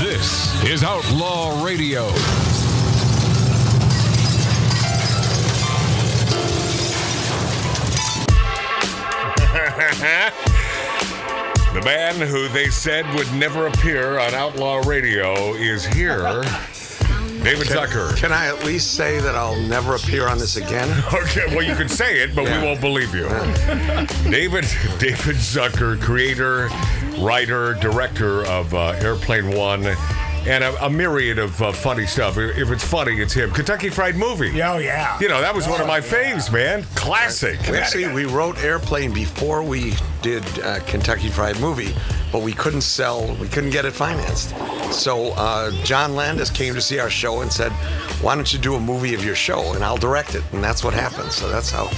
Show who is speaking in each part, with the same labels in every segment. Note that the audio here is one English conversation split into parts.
Speaker 1: This is Outlaw Radio.
Speaker 2: The man who they said would never appear on Outlaw Radio is here. David Zucker.
Speaker 3: Can I at least say that I'll never appear on this again?
Speaker 2: Okay, well you can say it, but
Speaker 3: Yeah.
Speaker 2: we won't believe you. David David Zucker, creator, writer, director of uh, Airplane One, and a, a myriad of uh, funny stuff. If if it's funny, it's him. Kentucky Fried Movie.
Speaker 4: Yeah, oh, yeah. Oh,
Speaker 2: You know that was one of my faves, man. Classic.
Speaker 3: We actually we wrote Airplane before we did uh, Kentucky Fried Movie, but we couldn't sell, we couldn't get it financed. So uh, John Landis came to see our show and said, "Why don't you do a movie of your show and I'll direct it?" And that's what happened. So that's how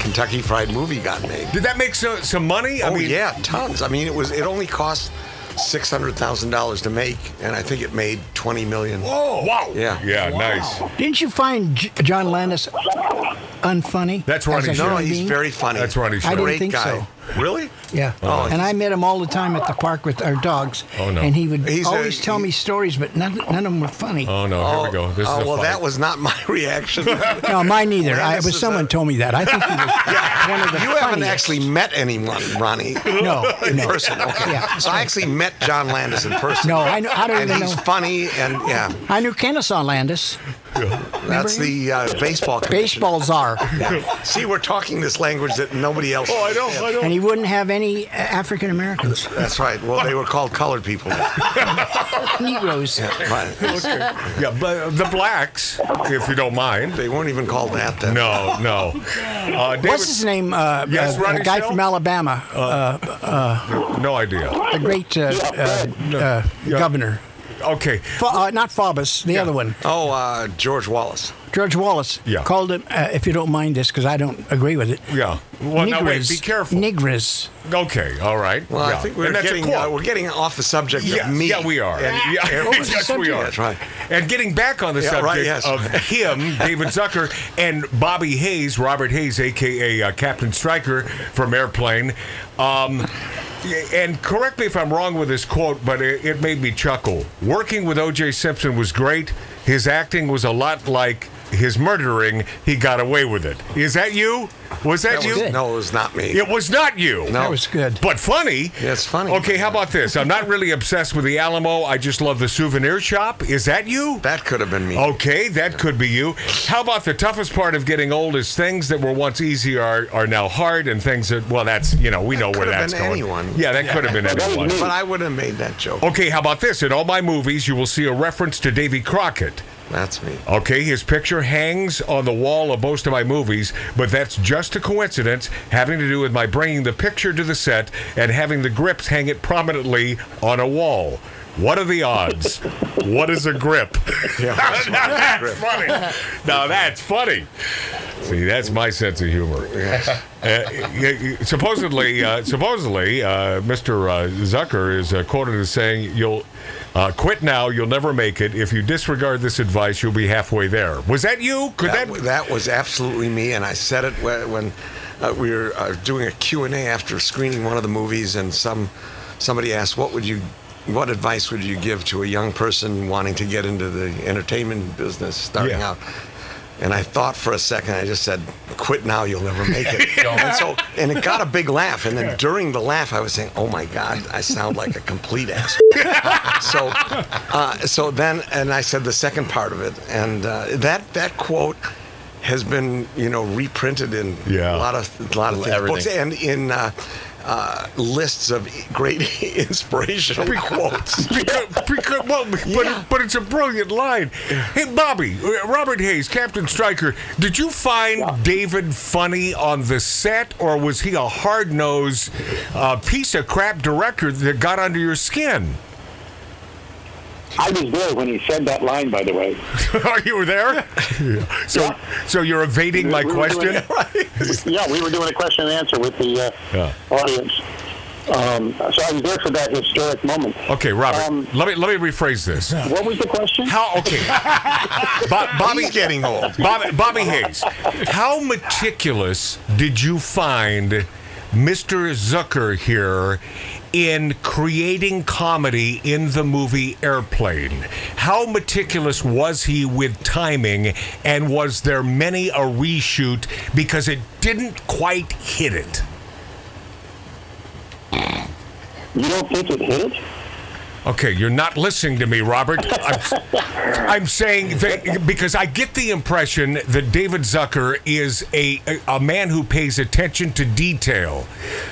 Speaker 3: Kentucky Fried Movie got made.
Speaker 2: Did that make so, some money? I
Speaker 3: oh
Speaker 2: mean,
Speaker 3: yeah, tons. I mean, it was it only cost six hundred thousand dollars to make, and I think it made twenty million.
Speaker 2: Oh, wow.
Speaker 3: Yeah.
Speaker 2: Yeah, nice.
Speaker 4: Didn't you find J- John Landis unfunny?
Speaker 2: That's right,
Speaker 4: as a
Speaker 2: he's-
Speaker 3: No,
Speaker 4: human
Speaker 3: no, he's
Speaker 4: being?
Speaker 3: very funny.
Speaker 2: That's Ronnie
Speaker 4: I
Speaker 2: Shaw.
Speaker 4: didn't
Speaker 3: Great
Speaker 4: think
Speaker 3: guy. Really?
Speaker 4: Yeah.
Speaker 3: Oh,
Speaker 4: and I met him all the time at the park with our dogs.
Speaker 2: Oh, no.
Speaker 4: And he would
Speaker 3: He's a-
Speaker 4: always tell me stories, but none, none of them were funny.
Speaker 2: Oh no, here we go. This
Speaker 3: oh,
Speaker 2: is a
Speaker 3: well,
Speaker 2: fight.
Speaker 3: that was not my reaction.
Speaker 4: no, mine neither. I, it
Speaker 3: Landis
Speaker 4: was
Speaker 3: is
Speaker 4: someone
Speaker 3: a-
Speaker 4: told me that. I think he was one of the
Speaker 3: You haven't
Speaker 4: funniest.
Speaker 3: actually met anyone, Ronnie,
Speaker 4: No,
Speaker 3: in
Speaker 4: no.
Speaker 3: person. Okay.
Speaker 4: Yeah.
Speaker 3: So I actually met John Landis in person.
Speaker 4: No, I know- I don't
Speaker 3: and
Speaker 4: even
Speaker 3: he's
Speaker 4: know.
Speaker 3: funny, and yeah,
Speaker 4: I knew Kennesaw Landis,
Speaker 3: that's the uh, baseball. commissioner.
Speaker 4: baseball czar,
Speaker 3: See, we're talking this language that nobody else.
Speaker 2: Oh, I know, I know.
Speaker 4: and he wouldn't have any uh, African Americans,
Speaker 3: That's right. Well, they were called colored people.
Speaker 4: Negroes.
Speaker 3: Right.
Speaker 2: Yeah, but the blacks, if you don't mind.
Speaker 3: They weren't even called that then.
Speaker 2: No, no. Uh, David,
Speaker 4: What's his name? Uh,
Speaker 2: Yes,
Speaker 4: uh,
Speaker 2: Ronnie
Speaker 4: a guy
Speaker 2: Shell?
Speaker 4: from Alabama, uh,
Speaker 2: No idea.
Speaker 4: the great uh, uh, uh,
Speaker 2: Yeah.
Speaker 4: governor.
Speaker 2: Okay.
Speaker 4: Fa- uh, not Faubus, the other one.
Speaker 3: Oh, uh, George Wallace.
Speaker 4: George Wallace
Speaker 2: Yeah.
Speaker 4: called him, uh, if you don't mind this, because I don't agree with it.
Speaker 2: Yeah. Well, now wait,
Speaker 4: Negras.
Speaker 2: be careful.
Speaker 4: Negras.
Speaker 2: Okay, all right.
Speaker 3: Well,
Speaker 2: yeah.
Speaker 3: I think we're
Speaker 2: And that's a
Speaker 3: getting
Speaker 2: quote.
Speaker 3: uh, we're getting off the subject
Speaker 2: Yes,
Speaker 3: of me.
Speaker 2: Yeah, we are.
Speaker 3: And-
Speaker 2: And- yeah,
Speaker 4: What was the
Speaker 2: yes, we
Speaker 4: subject?
Speaker 2: are.
Speaker 3: That's right.
Speaker 2: And getting back on the
Speaker 3: Yeah,
Speaker 2: subject
Speaker 3: right, yes.
Speaker 2: of him, David Zucker, and Bobby Hayes, Robert Hayes, a.k.a. Uh, Captain Stryker from Airplane. Um, and correct me if I'm wrong with this quote, but it, it made me chuckle. Working with O.J. Simpson was great. His acting was a lot like his murdering. He got away with it. Is that you? Was that,
Speaker 3: That
Speaker 2: you?
Speaker 3: was- no, it was not me.
Speaker 2: It was not you.
Speaker 3: No.
Speaker 4: That was good.
Speaker 2: But funny.
Speaker 3: Yeah, it's funny.
Speaker 2: Okay, how about this? I'm not really obsessed with the Alamo. I just love the souvenir shop. Is that you?
Speaker 3: That could have been me.
Speaker 2: Okay, that could be you. How about the toughest part of getting old is things that were once easy are, are now hard, and things that, well, that's, you know, we know where
Speaker 3: could have
Speaker 2: that's
Speaker 3: been
Speaker 2: going.
Speaker 3: anyone.
Speaker 2: Yeah, that Oh. could have been anyone.
Speaker 3: But I wouldn't have made that joke.
Speaker 2: Okay, how about this? In all my movies, you will see a reference to Davy Crockett.
Speaker 3: That's me.
Speaker 2: Okay, his picture hangs on the wall of most of my movies, but that's just a coincidence having to do with my bringing the picture to the set and having the grips hang it prominently on a wall. What are the odds? what is a grip?
Speaker 3: Yeah,
Speaker 2: now
Speaker 3: that's right,
Speaker 2: that's
Speaker 3: grip.
Speaker 2: funny. Now that's funny. See, that's my sense of humor. Uh, y- y- supposedly, uh, supposedly, uh, Mr. Uh, Zucker is uh, quoted as saying, "You'll uh, quit now. You'll never make it. If you disregard this advice, you'll be halfway there." Was that you? Could
Speaker 3: That,
Speaker 2: that?
Speaker 3: w- that was absolutely me, and I said it when, when uh, we were uh, doing a Q&A after screening one of the movies, and some somebody asked, "What would you, what advice would you give to a young person wanting to get into the entertainment business, starting
Speaker 2: Yeah.
Speaker 3: out?" And I thought for a second. I just said, "Quit now, you'll never make it." and so, and it got a big laugh. And then during the laugh, I was saying, "Oh my God, I sound like a complete asshole." so, uh, so then, and I said the second part of it, and uh, that that quote has been you know reprinted in
Speaker 2: Yeah.
Speaker 3: a lot of a lot of things, books and in. Uh, uh, lists of great inspirational quotes.
Speaker 2: Because- because- well, but,
Speaker 3: Yeah.
Speaker 2: but it's a brilliant line. Hey, Bobby, uh, Robert Hayes, Captain Stryker, did you find David funny on the set, or was he a hard nosed uh, piece of crap director that got under your skin?
Speaker 5: I was there when he said that line, by the way.
Speaker 2: Are you there? So, so you're evading my
Speaker 5: We were doing
Speaker 2: question?
Speaker 5: it. Yeah, we were doing a question and answer with the uh,
Speaker 2: Yeah.
Speaker 5: audience. Um, so I was there for that historic moment.
Speaker 2: Okay, Robert.
Speaker 5: Um,
Speaker 2: let me let me rephrase this.
Speaker 5: What was the question?
Speaker 2: How okay? Bo- Bobby
Speaker 3: He's getting old.
Speaker 2: Bobby, Bobby Hayes. How meticulous did you find Mr. Zucker here in creating comedy in the movie Airplane? How meticulous was he with timing, and was there many a reshoot because it didn't quite hit it?
Speaker 5: You don't think it hit?
Speaker 2: Okay, you're not listening to me, Robert. I'm, I'm saying that because I get the impression that David Zucker is a, a a man who pays attention to detail.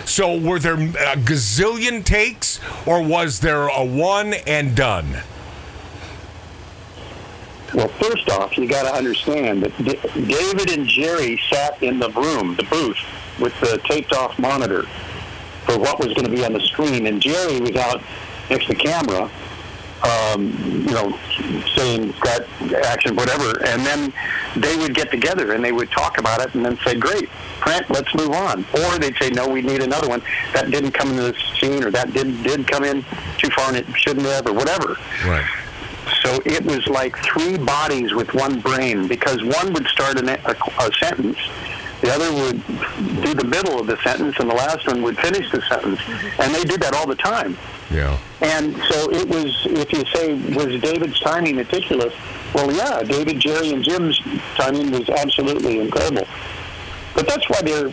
Speaker 2: So were there a gazillion takes, or was there a one and done?
Speaker 5: Well, first off, you got to understand that D- David and Jerry sat in the room, the booth, with the taped-off monitor for what was going to be on the screen, and Jerry was out next to the camera, um, you know, saying that action, whatever. And then they would get together and they would talk about it, and then say, "Great, print, let's move on," or they'd say, "No, we need another one that didn't come into the scene, or that did did come in too far and it shouldn't have, or whatever."
Speaker 2: Right.
Speaker 5: So it was like three bodies with one brain because one would start an, a, a sentence, the other would do the middle of the sentence, and the last one would finish the sentence. And they did that all the time.
Speaker 2: Yeah.
Speaker 5: And so it was, if you say, was David's timing meticulous? Well, yeah, David, Jerry, and Jim's timing was absolutely incredible. But that's why they're,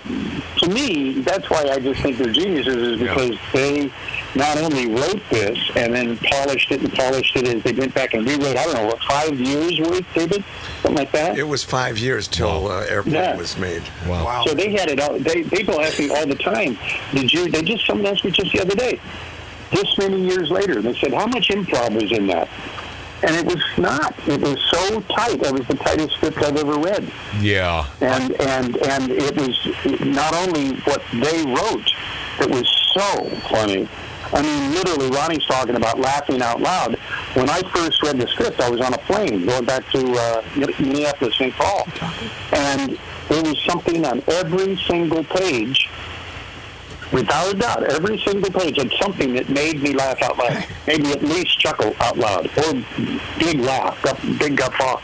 Speaker 5: to me, that's why I just think they're geniuses is because they not only wrote this and then polished it and polished it as they went back and rewrote, I don't know, what, five years worth, David? Something like that?
Speaker 3: It was five years till uh, Airplane
Speaker 5: Yeah.
Speaker 3: was made.
Speaker 2: Wow.
Speaker 5: So they had it all. They people ask me all the time. Did you? They just someone asked me just the other day. This many years later, they said how much improv was in that, and it was not. It was so tight. It was the tightest script I've ever read,
Speaker 2: Yeah.
Speaker 5: and and and it was not only what they wrote that was so funny. I mean, literally, Ronnie's talking about laughing out loud. When I first read the script, I was on a plane going back to uh, Minneapolis, St. Paul, and there was something on every single page, without a doubt, every single page had something that made me laugh out loud, maybe at least chuckle out loud, or big laugh, guff- big guffaw.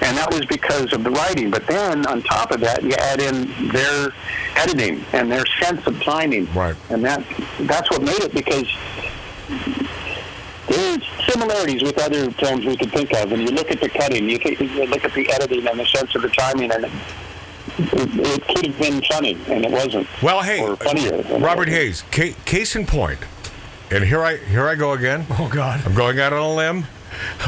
Speaker 5: And that was because of the writing. But then on top of that, you add in their editing and their sense of timing.
Speaker 2: Right.
Speaker 5: And that that's what made it because there's similarities with other films we could think of. When you look at the cutting, you, think, you look at the editing and the sense of the timing, and it, it could have been funny, and it wasn't.
Speaker 2: Well, hey,
Speaker 5: or funnier. than it
Speaker 2: Robert
Speaker 5: was.
Speaker 2: Hayes. Ca- case in point, and here I here I go again.
Speaker 6: Oh, God.
Speaker 2: I'm going out on a limb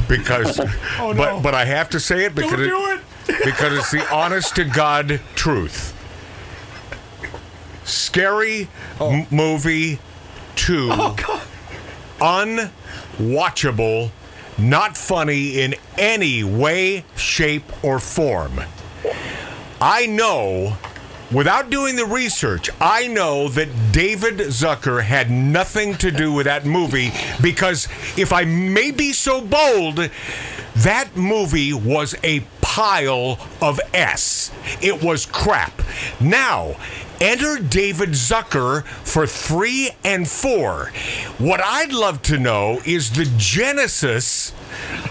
Speaker 2: because,
Speaker 6: Oh, no.
Speaker 2: but but I have to say it because
Speaker 6: Don't do
Speaker 2: because it's the honest to God truth. Scary
Speaker 6: Oh.
Speaker 2: m- movie two, unwatchable, not funny in any way, shape, or form. I know, without doing the research, I know that David Zucker had nothing to do with that movie because, if I may be so bold, that movie was a pile of S. It was crap. Now, enter David Zucker for three and four. What I'd love to know is the genesis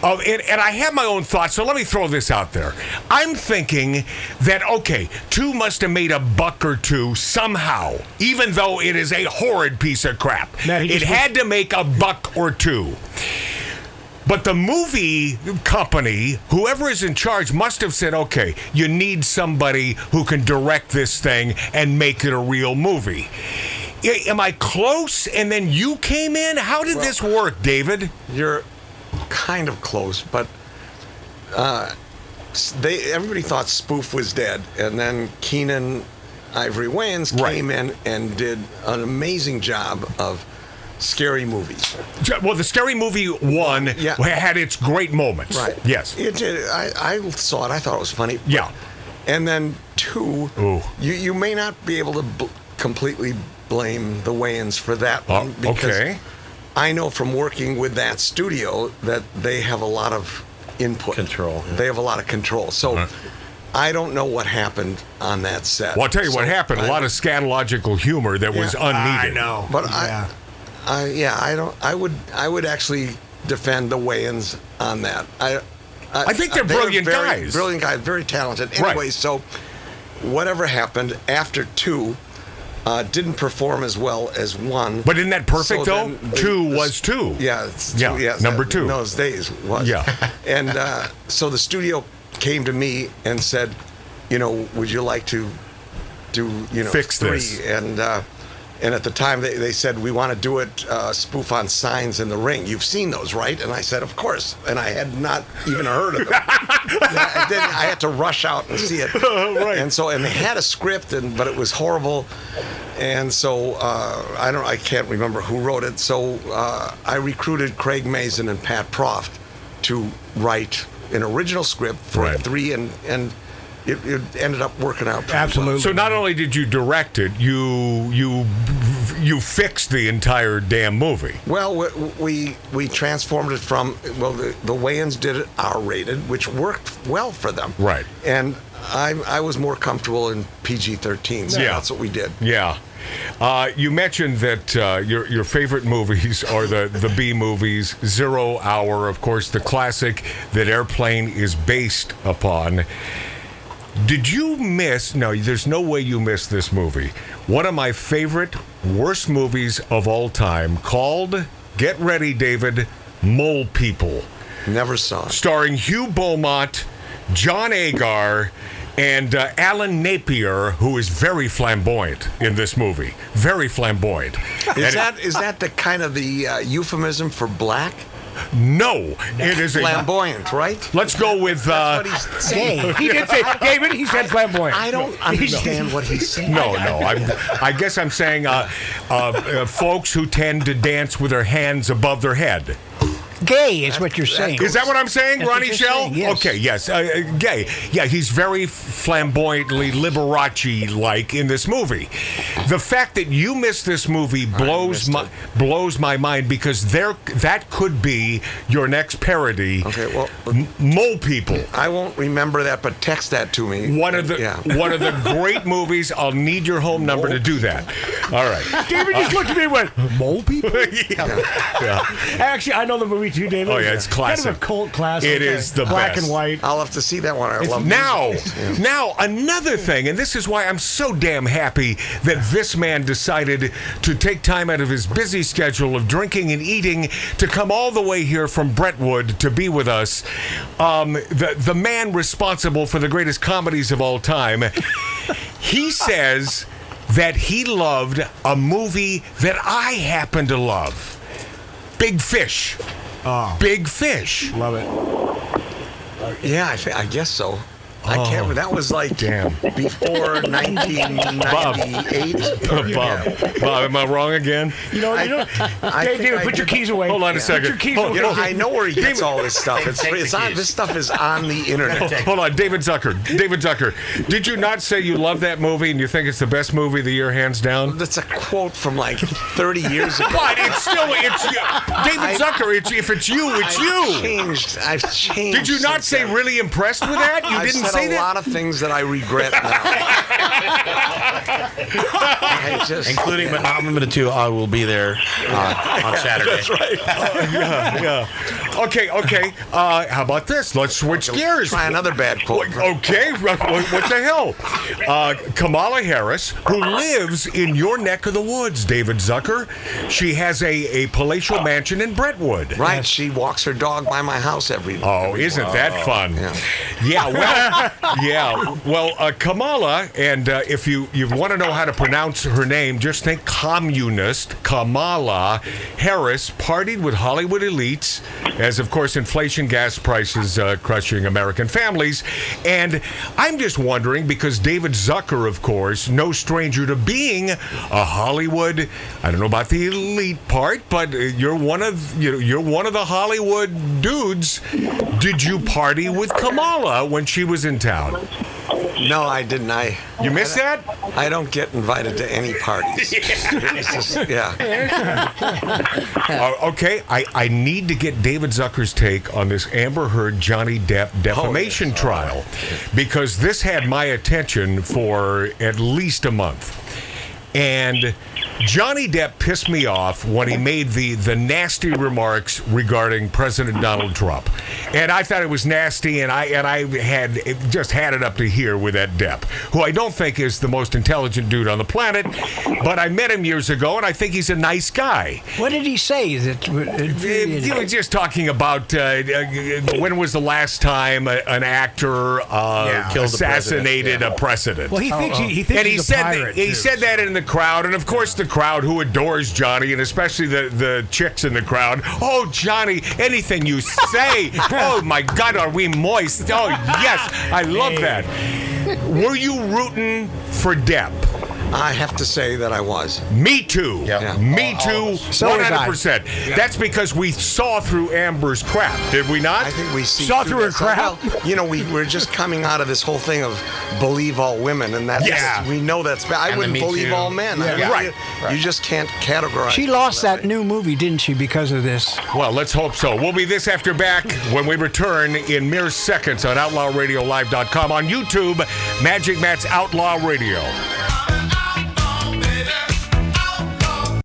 Speaker 2: of, and, and I have my own thoughts, so let me throw this out there. I'm thinking that, okay, two must have made a buck or two somehow, even though it is a horrid piece of crap.
Speaker 6: Matt, he
Speaker 2: it
Speaker 6: just-
Speaker 2: had to make a buck or two. But the movie company, whoever is in charge, must have said, okay, you need somebody who can direct this thing and make it a real movie. I- Am I close? And then you came in? How did this work, David?
Speaker 3: You're kind of close, but uh, s- they everybody thought Spoof was dead, and then Keenan Ivory Wayans
Speaker 2: Right.
Speaker 3: came in and did an amazing job of scary movies.
Speaker 2: J- Well, the scary movie one
Speaker 3: Yeah.
Speaker 2: had its great moments. Yes.
Speaker 3: It did. I, I saw it. I thought it was funny. but-
Speaker 2: Yeah.
Speaker 3: And then two,
Speaker 2: Ooh.
Speaker 3: you you may not be able to bl- completely blame the Wayans for that
Speaker 2: Uh,
Speaker 3: one because
Speaker 2: okay.
Speaker 3: I know from working with that studio that they have a lot of input
Speaker 7: Control, yeah.
Speaker 3: They have a lot of control. So
Speaker 2: Uh-huh.
Speaker 3: I don't know what happened on that set.
Speaker 2: Well, I'll tell you what
Speaker 3: So
Speaker 2: happened. A
Speaker 3: I-
Speaker 2: lot of scatological humor that was
Speaker 3: Yeah.
Speaker 2: unneeded.
Speaker 6: I know.
Speaker 3: But
Speaker 6: Yeah.
Speaker 3: I, I yeah, I don't. I would I would actually defend the Wayans on that. I
Speaker 2: I think they're brilliant
Speaker 3: very,
Speaker 2: guys.
Speaker 3: Brilliant guys, very talented.
Speaker 2: Right.
Speaker 3: Anyway, so whatever happened after two, uh, didn't perform as well as one.
Speaker 2: But isn't that perfect, though?
Speaker 3: then-
Speaker 2: Two
Speaker 3: the-
Speaker 2: was two.
Speaker 3: Yeah, it's
Speaker 2: Yeah,
Speaker 3: yes,
Speaker 2: number
Speaker 3: that-
Speaker 2: two.
Speaker 3: In those days was.
Speaker 2: Yeah.
Speaker 3: and uh, so the studio came to me and said, you know, would you like to do you know
Speaker 2: Fix
Speaker 3: three?
Speaker 2: this.
Speaker 3: And uh, and at the time they, they said we want to do it uh, spoof on Signs in the Ring. You've seen those, right? And I said, of course. And I had not even heard of them. I, didn't, I had to rush out and see it.
Speaker 2: Right.
Speaker 3: And so, and they had a script, and but it was horrible. And so, uh, I don't, I can't remember who wrote it. So, uh, I recruited Craig Mazin and Pat Proft to write an original script for
Speaker 2: Right.
Speaker 3: three, and and it, it ended up working out. pretty well.
Speaker 4: Absolutely.
Speaker 2: So not only did you direct it, you you you fixed the entire damn movie.
Speaker 3: Well, we, we we transformed it from well the, the Wayans did it R-rated, which worked well for them.
Speaker 2: Right.
Speaker 3: And I I was more comfortable in PG-13, so
Speaker 2: Yeah.
Speaker 3: that's what we did.
Speaker 2: Yeah. Uh, you mentioned that uh, your your favorite movies are the, the B movies, Zero Hour, of course, the classic that Airplane is based upon. Did you miss? No, there's no way you missed this movie. One of my favorite, worst movies of all time, called Get Ready, David, Mole People,
Speaker 3: Never saw it.
Speaker 2: starring Hugh Beaumont, John Agar, and uh, Alan Napier, who is very flamboyant in this movie. Very flamboyant.
Speaker 3: Is
Speaker 2: And-
Speaker 3: that is that the kind of the uh, euphemism for black?
Speaker 2: no? It is a-
Speaker 3: Flamboyant, right?
Speaker 2: Let's go with. Uh,
Speaker 3: But he's
Speaker 6: Gay. He did say, David, he said flamboyant.
Speaker 3: I don't understand what he's saying.
Speaker 2: No, no. I'm, I guess I'm saying uh, uh, uh, folks who tend to dance with their hands above their head.
Speaker 4: gay is what you're saying.
Speaker 2: Is that what I'm saying,
Speaker 4: That's what
Speaker 2: Ronnie
Speaker 4: you're
Speaker 2: Shell?
Speaker 4: saying, yes.
Speaker 2: Okay, yes. Uh, uh, gay. Yeah, he's very flamboyantly Liberace like in this movie. The fact that you missed this movie blows
Speaker 3: missed
Speaker 2: my blows my mind because there that could be your next parody.
Speaker 3: Okay, well-
Speaker 2: M- mole people.
Speaker 3: I won't remember that, but text that to me.
Speaker 2: One of the
Speaker 3: yeah.
Speaker 2: one of the great movies. I'll need your home number to do that. All right.
Speaker 6: David just looked at me and went, mole people?
Speaker 2: yeah. yeah.
Speaker 6: Actually, I know the movie too, David.
Speaker 2: Oh, yeah, it's
Speaker 6: Kind
Speaker 2: classic.
Speaker 6: of a cult classic.
Speaker 2: It is the
Speaker 6: Black
Speaker 2: best.
Speaker 6: and white.
Speaker 3: I'll have to see that one. I love
Speaker 2: Now,
Speaker 3: movies.
Speaker 2: now another thing, and this is why I'm so damn happy that this man decided to take time out of his busy schedule of drinking and eating to come all the way here from Brentwood to be with us. Um, the the man responsible for the greatest comedies of all time. he says that he loved a movie that I happen to love, Big Fish. Big Fish.
Speaker 6: Love it.
Speaker 3: Yeah, I, thi- I guess so. I can't remember. That was like
Speaker 2: Oh, Damn.
Speaker 3: before 1998.
Speaker 2: Bob, Bob, am I wrong again?
Speaker 6: You know, you know,
Speaker 3: I
Speaker 6: Dave,
Speaker 3: think
Speaker 6: David,
Speaker 3: I
Speaker 6: put your
Speaker 3: did-
Speaker 6: keys away.
Speaker 2: Hold on a
Speaker 6: Put
Speaker 2: second.
Speaker 6: your keys
Speaker 2: Hold-
Speaker 6: away.
Speaker 3: You know, I know where he gets all this stuff. It's,
Speaker 7: Take the
Speaker 3: it's on,
Speaker 7: keys.
Speaker 3: this stuff is on the internet.
Speaker 2: Hold on, David Zucker. David Zucker, did you not say you love that movie and you think it's the best movie of the year, hands down?
Speaker 3: That's a quote from like 30 years ago.
Speaker 2: But it's still it's David Zucker. It's if it's you, it's
Speaker 3: I've
Speaker 2: you.
Speaker 3: changed. I've changed.
Speaker 2: Did you not
Speaker 3: since
Speaker 2: say
Speaker 3: then.
Speaker 2: really impressed with that? You
Speaker 3: I've
Speaker 2: didn't
Speaker 3: said
Speaker 2: say
Speaker 3: a
Speaker 2: that.
Speaker 3: lot of things that I regret now. I just,
Speaker 7: Including, but not limited to, I will be there uh, on Saturday.
Speaker 2: yeah. Okay. Okay. Uh, how about this? Let's switch gears.
Speaker 3: Try another bad quote.
Speaker 2: Okay, what, what what the hell? Uh, Kamala Harris, who lives in your neck of the woods, David Zucker, she has a, a palatial mansion in Brentwood.
Speaker 3: Right, she walks her dog by my house every
Speaker 2: Oh, isn't that fun? Yeah, well, yeah. Well, uh, Kamala, and uh, if you, you want to know how to pronounce her name, just think communist. Kamala Harris partied with Hollywood elites, as of course inflation, gas prices uh, crushing American families. And I'm just wondering because David Zucker, of course, no stranger to being a Hollywood. I don't know about the elite part, but uh, you're one of you know, you're one of the Hollywood dudes. Did you party with Kamala when she was in town?
Speaker 3: No, I didn't. I
Speaker 2: You missed that?
Speaker 3: I don't get invited to any parties. It's just- yeah.
Speaker 2: Uh, okay, I, I need to get David Zucker's take on this Amber Heard Johnny Depp defamation trial because this had my attention for at least a month. And Johnny Depp pissed me off when he made the the nasty remarks regarding President Donald Trump, and I thought it was nasty, and I and I had it just had it up to here with that Depp, who I don't think is the most intelligent dude on the planet, but I met him years ago, and I think he's a nice guy.
Speaker 4: What did he say that uh, would
Speaker 2: You were
Speaker 4: infuriated?
Speaker 2: just talking about uh, uh, when was the last time a, an actor uh,
Speaker 7: Yeah. Killed the president,
Speaker 2: assassinated
Speaker 7: yeah.
Speaker 2: a president?
Speaker 6: Well, he thinks he, he thinks
Speaker 2: Oh, and he
Speaker 6: he's a
Speaker 2: said
Speaker 6: pirate,
Speaker 2: that, he
Speaker 6: too,
Speaker 2: said that in the crowd, and of course the crowd who adores Johnny, and especially the the chicks in the crowd. Oh, Johnny, anything you say. oh my God, are we moist? Oh yes, I love that. Were you rooting for Depp?
Speaker 3: I have to say that I was.
Speaker 2: Me too.
Speaker 7: Yeah.
Speaker 2: Me
Speaker 7: All- all of
Speaker 2: too.
Speaker 7: us.
Speaker 4: So
Speaker 2: One
Speaker 4: was I.
Speaker 2: hundred percent. That's because we saw through Amber's crap, did we not?
Speaker 3: I think we see
Speaker 6: Saw through her
Speaker 3: this. Like,
Speaker 6: crap?
Speaker 3: well, you know, we we're just coming out of this whole thing of believe all women, and that's
Speaker 2: Yeah.
Speaker 3: we know that's bad. I
Speaker 7: And the
Speaker 3: wouldn't
Speaker 7: Me
Speaker 3: believe
Speaker 7: Too.
Speaker 3: all men. I
Speaker 7: Yeah.
Speaker 3: mean,
Speaker 2: Right.
Speaker 3: You, you just can't categorize.
Speaker 4: She lost that new movie, didn't she, because of this?
Speaker 2: Well, let's hope so. We'll be this after back when we return in mere seconds on OutlawRadioLive.com on YouTube, Magic Matt's Outlaw Radio.